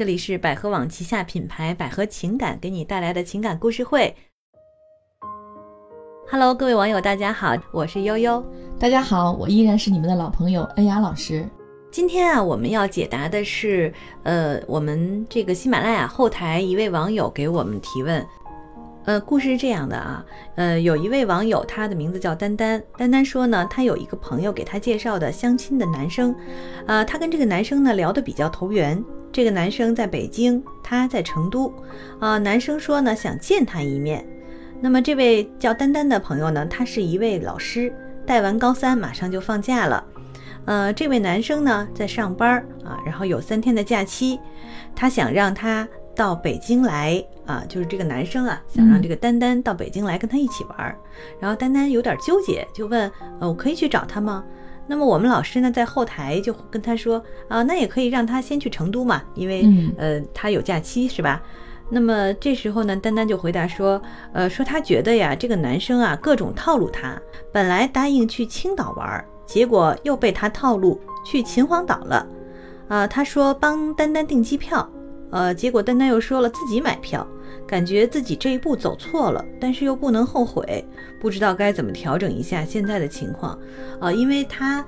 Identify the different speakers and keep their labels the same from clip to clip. Speaker 1: 这里是百合网旗下品牌百合情感给你带来的情感故事会。Hello，各位网友，大家好，我是悠悠。
Speaker 2: 大家好，我依然是你们的老朋友恩雅老师。
Speaker 1: 今天啊，我们要解答的是，呃，我们这个喜马拉雅后台一位网友给我们提问。呃，故事是这样的啊，呃，有一位网友，他的名字叫丹丹。丹丹说呢，他有一个朋友给他介绍的相亲的男生，呃，他跟这个男生呢聊得比较投缘。这个男生在北京，他在成都，啊、男生说呢想见他一面。那么这位叫丹丹的朋友呢，他是一位老师，带完高三马上就放假了。呃，这位男生呢在上班儿啊，然后有三天的假期，他想让他到北京来啊，就是这个男生啊，想让这个丹丹到北京来跟他一起玩儿。然后丹丹有点纠结，就问：呃，我可以去找他吗？那么我们老师呢在后台就跟他说啊，那也可以让他先去成都嘛，因为、
Speaker 2: 嗯
Speaker 1: 呃他有假期是吧？那么这时候呢，丹丹就回答说，呃，说她觉得呀，这个男生啊各种套路她，本来答应去青岛玩儿，结果又被他套路去秦皇岛了。啊、她说帮丹丹订机票，呃，结果丹丹又说了自己买票，感觉自己这一步走错了，但是又不能后悔，不知道该怎么调整一下现在的情况。啊，因为她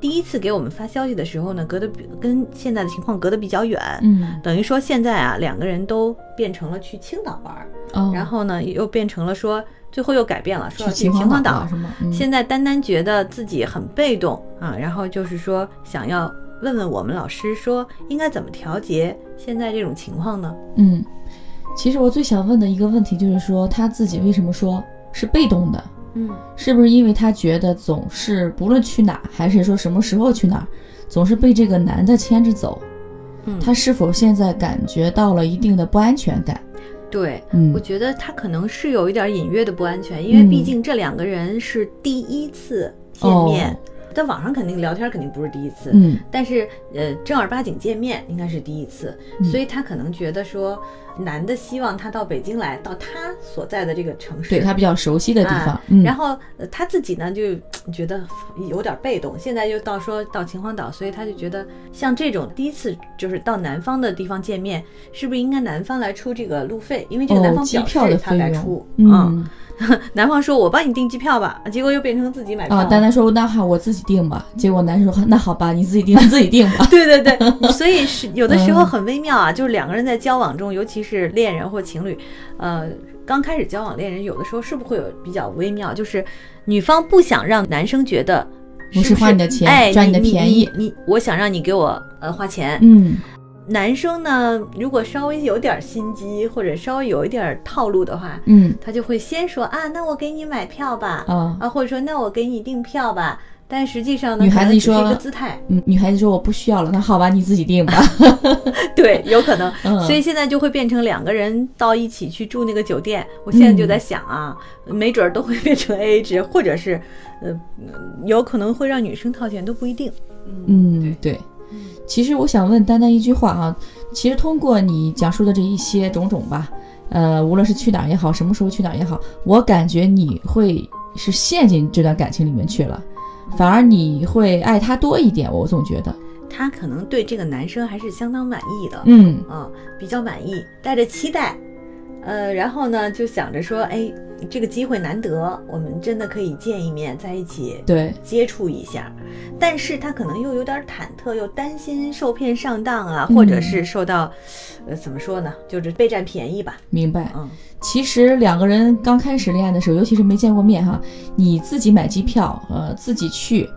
Speaker 1: 第一次给我们发消息的时候呢，隔得比跟现在的情况隔得比较远，
Speaker 2: 嗯，
Speaker 1: 等于说现在啊，两个人都变成了去青岛玩儿，
Speaker 2: 哦，
Speaker 1: 然后呢又变成了说，最后又改变了，说
Speaker 2: 去
Speaker 1: 要去
Speaker 2: 秦
Speaker 1: 秦
Speaker 2: 皇
Speaker 1: 皇
Speaker 2: 岛
Speaker 1: 岛
Speaker 2: 啊。什么？嗯
Speaker 1: 现在丹丹觉得自己很被动啊，然后就是说想要问问我们老师，说应该怎么调节现在这种情况呢？
Speaker 2: 嗯，其实我最想问的一个问题就是说，他自己为什么说是被动的？
Speaker 1: 嗯
Speaker 2: 是不是因为他觉得总是不论去哪，还是说什么时候去哪，总是被这个男的牵着走？
Speaker 1: 嗯，
Speaker 2: 他是否现在感觉到了一定的不安全感？
Speaker 1: 对，
Speaker 2: 嗯
Speaker 1: 我觉得他可能是有一点隐约的不安全，因为毕
Speaker 2: 嗯
Speaker 1: 竟这两个人是第一次见
Speaker 2: 哦
Speaker 1: 面，在网上肯定聊天肯定不是第一次，
Speaker 2: 嗯
Speaker 1: 但是呃正儿八经见面应该是第一次，
Speaker 2: 嗯
Speaker 1: 所以他可能觉得说男的希望他到北京来，到他所在的这个城市，
Speaker 2: 对他比较熟悉的地方
Speaker 1: 啊，
Speaker 2: 嗯，
Speaker 1: 然后、呃他自己呢就嘖觉得嗯有点被动，现在又到说到秦皇岛，所以他就觉得像这种第一次就是到南方的地方见面，是不是应该南方来出这个路费？因为这个南
Speaker 2: 哦，
Speaker 1: 方
Speaker 2: 机
Speaker 1: 表
Speaker 2: 票的
Speaker 1: 示他
Speaker 2: 费
Speaker 1: 来
Speaker 2: 用
Speaker 1: 出，，
Speaker 2: 嗯，
Speaker 1: 南方说我帮你订机票吧，结果又变成自己买票。
Speaker 2: 啊，丹丹说那好，我自己定吧。结果男生说那好吧，你自己定，自己定吧。
Speaker 1: 对对对，所以是有的时候很微妙啊，就是两个人在交往中，尤其是恋人或情侣，呃，刚开始交往恋人，有的时候是不是会有比较微妙，就是女方不想让男生觉得
Speaker 2: 我
Speaker 1: 是
Speaker 2: 是
Speaker 1: 不
Speaker 2: 花你的钱
Speaker 1: 哎，
Speaker 2: 赚你的便宜
Speaker 1: 你你你我想让你给我呃花钱。
Speaker 2: 嗯
Speaker 1: 男生呢，如果稍微有点心机或者稍微有一点套路的话，
Speaker 2: 嗯
Speaker 1: 他就会先说啊，那我给你买票吧，
Speaker 2: 啊，
Speaker 1: 啊，或者说那我给你订票吧。但实际上呢，
Speaker 2: 女孩
Speaker 1: 可
Speaker 2: 子
Speaker 1: 能
Speaker 2: 一
Speaker 1: 只是一
Speaker 2: 说
Speaker 1: 个姿态，
Speaker 2: 嗯，女孩子说我不需要了，那好吧，你自己定吧。
Speaker 1: 对，有可能。
Speaker 2: 嗯，
Speaker 1: 所以现在就会变成两个人到一起去住那个酒店。我现在就
Speaker 2: 嗯
Speaker 1: 在想啊，没准儿都会变成 AA 制，或者是，呃，有可能会让女生掏钱都不一定。
Speaker 2: 嗯，对。其实我想问丹丹一句话啊，其实通过你讲述的这一些种种吧，呃，无论是去哪儿也好，什么时候去哪儿也好，我感觉你会是陷进这段感情里面去了，反而你会爱他多一点，我总觉得。
Speaker 1: 她可能对这个男生还是相当满意的，
Speaker 2: 嗯
Speaker 1: 啊，比较满意，带着期待，呃，然后呢就想着说，哎，这个机会难得，我们真的可以见一面，在一起
Speaker 2: 对，
Speaker 1: 接触一下，但是他可能又有点忐忑，又担心受骗上当啊，
Speaker 2: 嗯
Speaker 1: 或者是受到，呃，怎么说呢，就是被占便宜吧。
Speaker 2: 明白。
Speaker 1: 嗯，
Speaker 2: 其实两个人刚开始恋爱的时候，尤其是没见过面哈，你自己买机票，呃，自己去，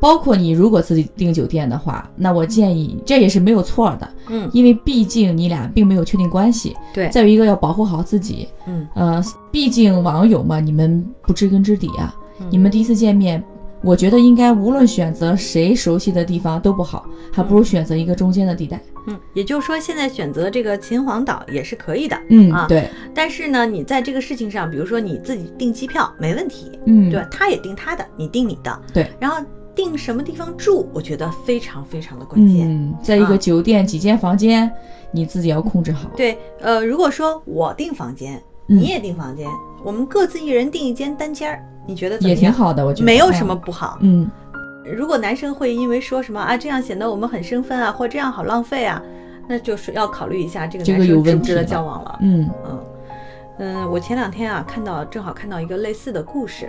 Speaker 2: 包括你如果自己订酒店的话，那我建议这也是没有错的，
Speaker 1: 嗯，
Speaker 2: 因为毕竟你俩并没有确定关系。
Speaker 1: 对
Speaker 2: 再有一个要保护好自己，
Speaker 1: 嗯，
Speaker 2: 呃，毕竟网友嘛，你们不知根知底啊，
Speaker 1: 嗯
Speaker 2: 你们第一次见面。我觉得应该无论选择谁熟悉的地方都不好，还不如选择一个中间的地带。
Speaker 1: 嗯，也就是说，现在选择这个秦皇岛也是可以的，
Speaker 2: 嗯，
Speaker 1: 啊，
Speaker 2: 对，
Speaker 1: 但是呢，你在这个事情上，比如说你自己订机票没问题，
Speaker 2: 嗯，
Speaker 1: 对吧，他也订他的，你订你的，
Speaker 2: 对，
Speaker 1: 然后订什么地方住，我觉得非常非常的关键。
Speaker 2: 嗯，在一
Speaker 1: 啊
Speaker 2: 个酒店几间房间，你自己要控制好。
Speaker 1: 对，呃，如果说我订房间，
Speaker 2: 嗯
Speaker 1: 你也订房间，我们各自一人订一间单间儿，你觉得怎么
Speaker 2: 也
Speaker 1: 样？
Speaker 2: 挺好的，我觉得哎
Speaker 1: 没有什么。不好。
Speaker 2: 嗯，
Speaker 1: 如果男生会因为说什么啊，这样显得我们很生分啊，或这样好浪费啊，那就是要考虑一下这个
Speaker 2: 这个
Speaker 1: 男
Speaker 2: 有
Speaker 1: 生值
Speaker 2: 问
Speaker 1: 不值得
Speaker 2: 题了
Speaker 1: 交往了。
Speaker 2: 嗯
Speaker 1: 嗯，嗯，我前两天啊看到正好看到一个类似的故事，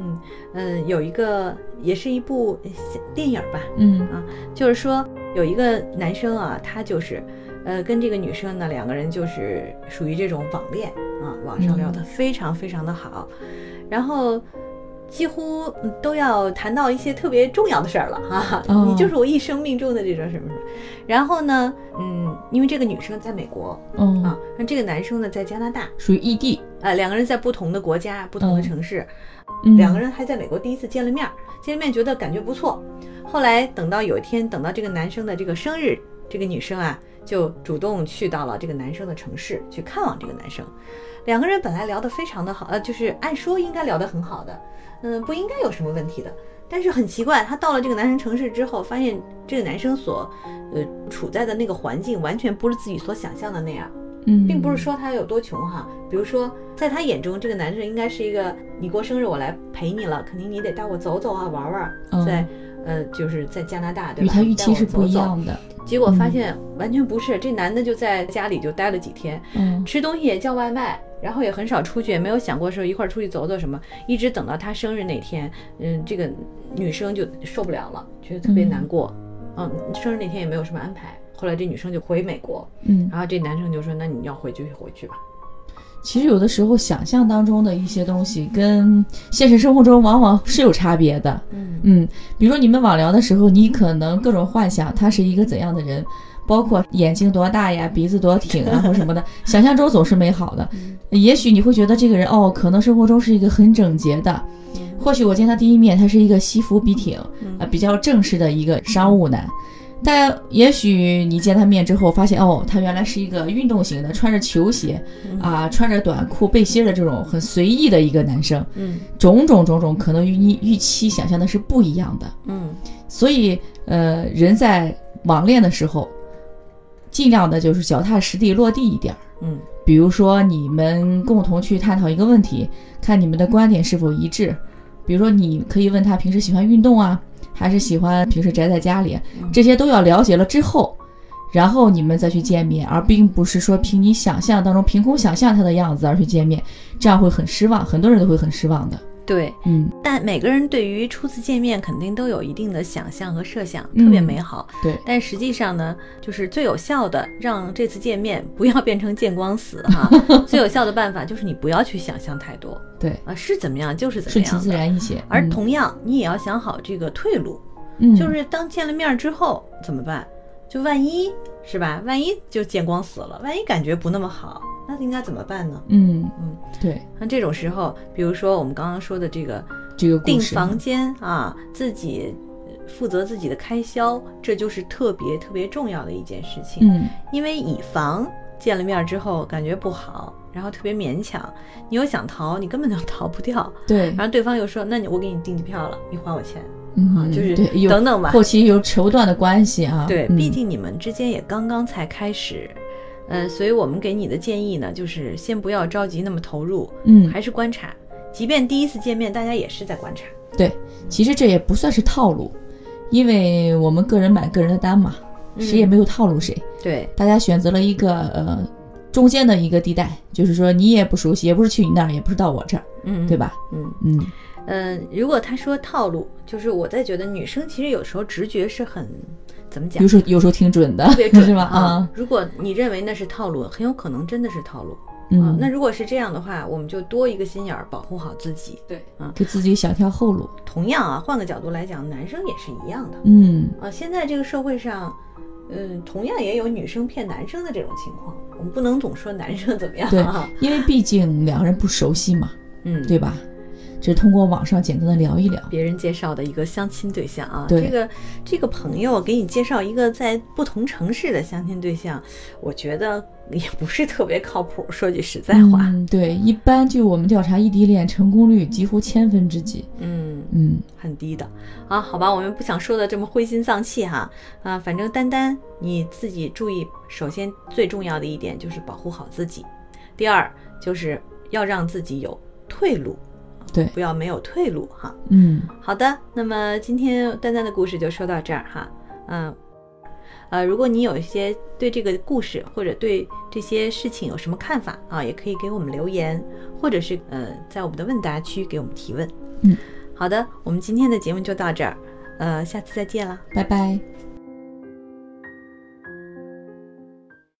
Speaker 1: 嗯嗯，有一个也是一部呃电影儿吧，
Speaker 2: 嗯
Speaker 1: 就是说有一个男生啊，他就是，呃，跟这个女生呢，两个人就是属于这种网恋啊，网上聊得非常非常的好，然后几乎嗯都要谈到一些特别重要的事儿了哈、
Speaker 2: 哦
Speaker 1: 你就是我一生命中的这种什么什么，然后呢，嗯，因为这个女生在美国啊
Speaker 2: 嗯，，
Speaker 1: 那这个男生呢在加拿大，
Speaker 2: 属于异地，
Speaker 1: 啊，两个人在不同的国家、不同的
Speaker 2: 嗯
Speaker 1: 城市，
Speaker 2: 嗯
Speaker 1: 两个人还在美国第一次见了面儿，见了面觉得感觉不错。后来等到有一天，等到这个男生的这个生日，这个女生啊就主动去到了这个男生的城市去看望这个男生。两个人本来聊得非常的好，呃，就是按说应该聊得很好的，嗯，不应该有什么问题的。但是很奇怪，她到了这个男生城市之后，发现这个男生所，呃，处在的那个环境完全不是自己所想象的那样。
Speaker 2: 嗯，
Speaker 1: 并不是说他有多穷哈，比如说，在他眼中，这个男生应该是一个你过生日我来陪你了，肯定你得带我走走啊，玩玩儿，
Speaker 2: 嗯
Speaker 1: 在呃就是在加拿大对
Speaker 2: 与
Speaker 1: 吧？
Speaker 2: 他
Speaker 1: 你
Speaker 2: 预
Speaker 1: 带
Speaker 2: 期
Speaker 1: 我
Speaker 2: 是
Speaker 1: 走
Speaker 2: 不一
Speaker 1: 走。
Speaker 2: 样的，
Speaker 1: 结果发
Speaker 2: 嗯
Speaker 1: 现完全不是，这男的就在家里就待了几天，
Speaker 2: 嗯
Speaker 1: 吃东西也叫外卖，然后也很少出去，也没有想过说一块儿出去走走什么，一直等到他生日那天，嗯，这个女生就受不了了，觉得特别
Speaker 2: 嗯
Speaker 1: 难过，嗯，生日那天也没有什么安排，后来这女生就回美国，
Speaker 2: 嗯。
Speaker 1: 然后这男生就说：“那你要回去就回去吧。
Speaker 2: 其实有的时候，想象当中的一些东西跟现实生活中往往是有差别的。”
Speaker 1: 嗯
Speaker 2: 嗯，比如说你们网聊的时候，你可能各种幻想他是一个怎样的人，包括眼睛多大呀、鼻子多挺啊或什么 的，想象中总是美好的。
Speaker 1: 嗯
Speaker 2: 也许你会觉得这个人哦，可能生活中是一个很整洁的，或许我见他第一面，他是一个西服笔挺，
Speaker 1: 嗯
Speaker 2: 呃，比较正式的一个商务男。但也许你见他面之后，发现哦，他原来是一个运动型的，穿着球鞋
Speaker 1: 嗯
Speaker 2: 啊、穿着短裤、背心儿的这种很随意的一个男生，
Speaker 1: 嗯
Speaker 2: 种种种种，可能与你预期想象的是不一样的。
Speaker 1: 嗯
Speaker 2: 所以，呃，人在网恋的时候，尽量的就是脚踏实地、落地一点儿。
Speaker 1: 嗯
Speaker 2: 比如说，你们共同去探讨一个问题，看你们的观点是否一致。比如说，你可以问他平时喜欢运动啊，还是喜欢平时宅在家里，
Speaker 1: 嗯
Speaker 2: 这些都要了解了之后，然后你们再去见面，而并不是说凭你想象当中凭空想象他的样子而去见面，这样会很失望，很多人都会很失望的。
Speaker 1: 对。
Speaker 2: 嗯，
Speaker 1: 但每个人对于初次见面肯定都有一定的想象和设想，
Speaker 2: 嗯
Speaker 1: 特别美好。
Speaker 2: 对，
Speaker 1: 但实际上呢，就是最有效的让这次见面不要变成见光死 哈、最有效的办法就是你不要去想象太多
Speaker 2: 对，
Speaker 1: 啊，是怎么样就是怎么
Speaker 2: 顺
Speaker 1: 样
Speaker 2: 其
Speaker 1: 的
Speaker 2: 自。然一些。
Speaker 1: 而
Speaker 2: 嗯
Speaker 1: 同样，你也要想好这个退路，
Speaker 2: 嗯
Speaker 1: 就是当见了面之后怎么办？就万一是吧？万一就见光死了，万一感觉不那么好，那应该怎么办呢？
Speaker 2: 嗯
Speaker 1: 嗯，
Speaker 2: 对，
Speaker 1: 那这种时候，比如说我们刚刚说的这个
Speaker 2: 这个故
Speaker 1: 订
Speaker 2: 事
Speaker 1: 房间啊，自己呃负责自己的开销，这就是特别特别重要的一件事情。
Speaker 2: 嗯
Speaker 1: 因为以防见了面之后感觉不好，然后特别勉强，你又想逃，你根本就逃不掉。
Speaker 2: 对，
Speaker 1: 然后对方又说：“那你我给你订机票了，你还我钱。
Speaker 2: 嗯
Speaker 1: 就是
Speaker 2: 对有
Speaker 1: 等等吧
Speaker 2: 后期有绸缎的关系啊，
Speaker 1: 对，
Speaker 2: 嗯
Speaker 1: 毕竟你们之间也刚刚才开始。呃，所以我们给你的建议呢，就是先不要着急那么投入，
Speaker 2: 嗯，
Speaker 1: 还是观察。即便第一次见面，大家也是在观察。
Speaker 2: 对，其实这也不算是套路，因为我们个人买个人的单嘛，谁也
Speaker 1: 嗯
Speaker 2: 没有套路谁，
Speaker 1: 对，
Speaker 2: 大家选择了一个呃中间的一个地带，就是说你也不熟悉，也不是去你那儿，也不是到我这儿，
Speaker 1: 嗯，
Speaker 2: 对？吧？
Speaker 1: 嗯。
Speaker 2: 嗯
Speaker 1: 嗯，如果他说套路，就是我在觉得女生其实有时候直觉是很怎么讲
Speaker 2: 有，时候有时候挺准的，
Speaker 1: 特别准
Speaker 2: 是吧？
Speaker 1: 的
Speaker 2: 啊，
Speaker 1: 如果你认为那是套路，很有可能真的是套路。啊
Speaker 2: 嗯，
Speaker 1: 那如果是这样的话，我们就多一个心眼儿，保护好自己。
Speaker 2: 对，给自己想条后路，
Speaker 1: 同样啊，换个角度来讲，男生也是一样的
Speaker 2: 嗯
Speaker 1: 啊。现在这个社会上，嗯，同样也有女生骗男生的这种情况，我们不能总说男生怎么样
Speaker 2: 对
Speaker 1: 啊。，
Speaker 2: 因为毕竟两个人不熟悉嘛，
Speaker 1: 嗯，
Speaker 2: 对吧？只是通过网上简单的聊一聊，
Speaker 1: 别人介绍的一个相亲对象啊，
Speaker 2: 对
Speaker 1: 这个这个朋友给你介绍一个在不同城市的相亲对象，我觉得也不是特别靠谱。 说句实在话，
Speaker 2: 嗯，对，一般据我们调查，异地恋成功率几乎千分之几。
Speaker 1: 嗯，
Speaker 2: 嗯，
Speaker 1: 很低的啊。好吧，我们不想说的这么灰心丧气哈啊，反正丹丹你自己注意，首先最重要的一点就是保护好自己，第二就是要让自己有退路，啊
Speaker 2: 对，
Speaker 1: 不要没有退路哈。
Speaker 2: 嗯
Speaker 1: 好的，那么今天丹丹的故事就说到这儿哈。嗯，呃，如果你有一些对这个故事或者对这些事情有什么看法啊，也可以给我们留言，或者是呃，在我们的问答区给我们提问。
Speaker 2: 嗯，
Speaker 1: 好的，我们今天的节目就到这儿，呃，下次再见啦。
Speaker 2: 拜拜。